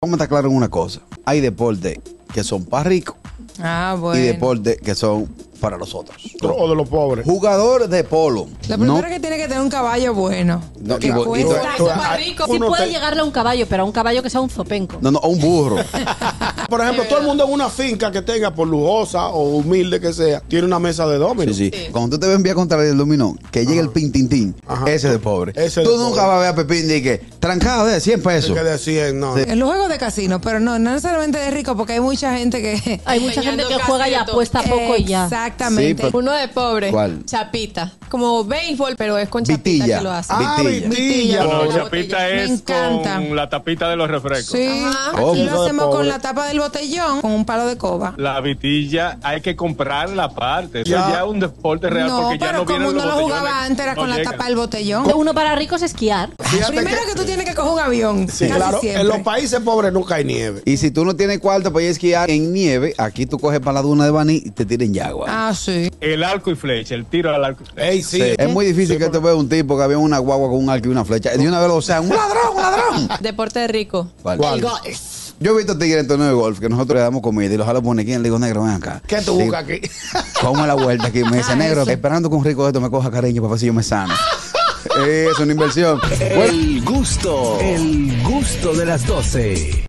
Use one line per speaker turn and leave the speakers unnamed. Vamos a estar claros en una cosa. Hay deportes que son para ricos
Ah,
y
bueno.
deportes que son para los otros.
O de los pobres.
Jugador de polo.
Lo primero
no,
que tiene que tener un caballo bueno.
no,
que
y bo- y bo-
cuesta.
tú-
Eso para
ah,
rico.
tú
Sí
no
puede
te-
llegarle a un caballo, pero a un caballo que sea un zopenco.
no, no, o un burro.
Por ejemplo, todo el mundo en una finca que tenga, por lujosa o humilde que sea, tiene una mesa de
Sí,
dominó.
sí. Cuando tú te ves enviar contra el dominó, que llegue el pintintín,
Ajá.
ese de pobre.
Ese de
tú nunca
pobre.
vas a ver a Pepín de que trancado de 100
Hay
pesos.
que decir, no.
Sí.
En los juegos de casino, pero no, no necesariamente de rico, porque hay mucha gente que.
Hay mucha gente que juega y apuesta poco y ya.
Exactamente.
Sí, pero-
Uno de pobre.
¿Cuál?
Chapita. Como béisbol, pero es con chapita
Vitilla.
que lo hace.
Ah,
Vitilla.
vitilla.
No,
Con la
chapita
botella.
Me
es
encanta.
con la tapita de los refrescos.
Sí.
Ajá.
Oh,
Aquí
hijo
lo
de
hacemos
pobre.
con la tapa del botellón, con un palo de coba.
La vitilla hay que comprar la parte. Eso
Ya.
ya es un deporte Este real
No,
porque ya
pero
no
como
vienen
uno
los
lo
botellones,
jugaba antes, era
no
con la
llegan.
tapa del botellón.
Uno para ricos esquiar.
Fíjate
Primero que, tú tienes que coger un avión.
Sí,
casi
claro,
siempre.
en los países pobres nunca hay nieve.
Y si tú no tienes cuarto para ir a esquiar en nieve, aquí tú coges para la duna de Baní y te tiran yagua.
Ah, sí.
El arco y flecha, el tiro al arco y flecha.
Ey, sí.
Sí, Es muy difícil que tú veas un tipo que había una guagua con un arco y una flecha. De una vez lo sea, un ladrón, un ladrón.
Deporte de rico.
Vale.
¿Cuál?
Yo he visto tigres en torneo de golf que nosotros le damos comida y los jalaponequín le digo, negro, ven acá.
¿Qué tú
Le
buscas aquí?
Como la vuelta aquí. Me dice,
Ah,
negro,
eso.
esperando que un rico de esto me coja cariño para ver si yo me sano. Eh, es una inversión. Bueno,
El gusto, el gusto de las 12.